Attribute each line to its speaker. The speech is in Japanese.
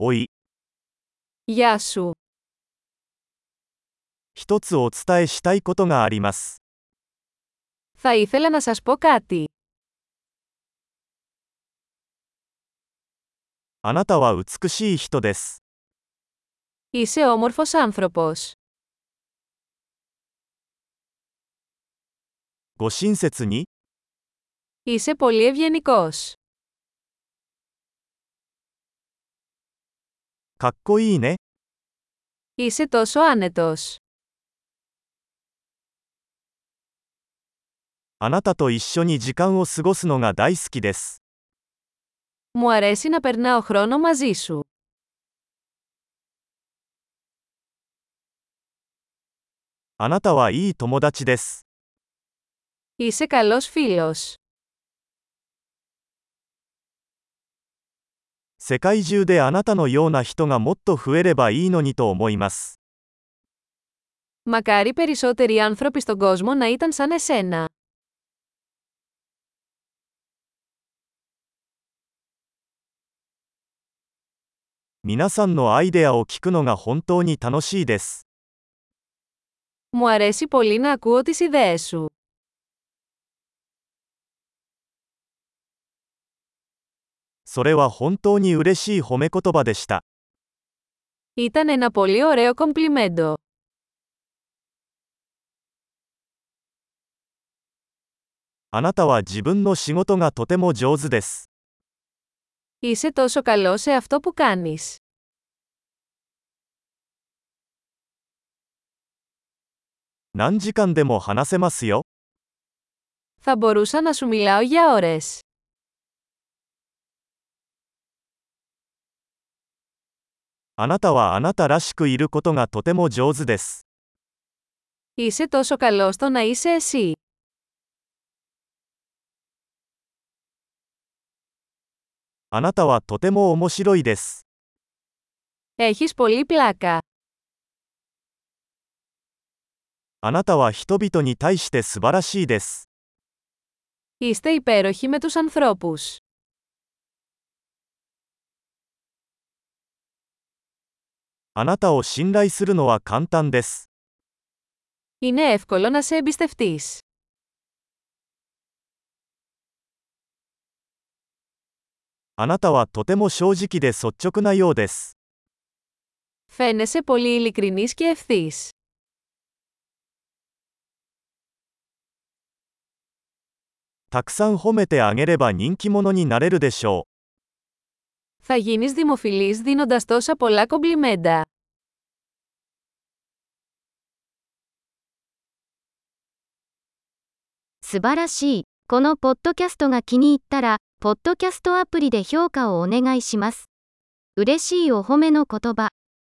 Speaker 1: おい、
Speaker 2: Γεια σου.
Speaker 1: 一つお伝えしたいことがあります。
Speaker 2: Θα ήθελα να σας πω κάτι.
Speaker 1: あなたは美しい人です。
Speaker 2: Είσαι όμορφος άνθρωπος.
Speaker 1: ご親切に、
Speaker 2: Είσαι πολύ ευγενικός.
Speaker 1: かっこいいね。
Speaker 2: Είσαι τόσο άνετος.
Speaker 1: あなたと一緒に時間を過ごすのが大好きです。
Speaker 2: Μου αρέσει να περνάω χρόνο μαζί σου.
Speaker 1: あなたはいい友達です。
Speaker 2: Είσαι καλός φίλος.
Speaker 1: 世界中であなたのような人がもっと増えればいいのにと思います。
Speaker 2: Μακάρι περισσότεροι άνθρωποι στον κόσμο να ήταν σαν εσένα.
Speaker 1: 皆さんのアイデアを聞くのが本当に楽しいです。
Speaker 2: Μου αρέσει πολύ να ακούω τις ιδέες σου.
Speaker 1: それは本当に嬉しい褒め言葉でした。
Speaker 2: Ήταν ένα πολύ ωραίο κομπλιμέντο.
Speaker 1: あなたは自分の仕事がとても上手です。
Speaker 2: Είσαι τόσο καλό σε αυτό που κάνεις.
Speaker 1: 何時間でも話せますよ。
Speaker 2: Θα μπορούσα να σου μιλάω για ώρες.
Speaker 1: あなたはあなたらしくいることがとても上手です。
Speaker 2: Είσαι τόσο καλό στο να είσαι εσύ.
Speaker 1: あなたはとても面白いです。
Speaker 2: Έχεις πολύ πλάκα.
Speaker 1: あなたは人々に対して素晴らしいです。
Speaker 2: Είστε υπέροχοι με τους ανθρώπους.
Speaker 1: あなたを信頼するのは簡単です。
Speaker 2: Είναι εύκολο να σε εμπιστευτείς.
Speaker 1: あなたはとても正直で率直なようです。
Speaker 2: Φαίνεσαι πολύ ειλικρινής και ευθύς.
Speaker 1: たくさん褒めてあげれば人気者になれるでしょう。
Speaker 2: Θα γίνεις δημοφιλής δίνοντας τόσα πολλά κομπλιμέντα.
Speaker 3: 素晴らしい。このポッドキャストが気に入ったら、ポッドキャストアプリで評価をお願いします。嬉しいお褒めの言葉。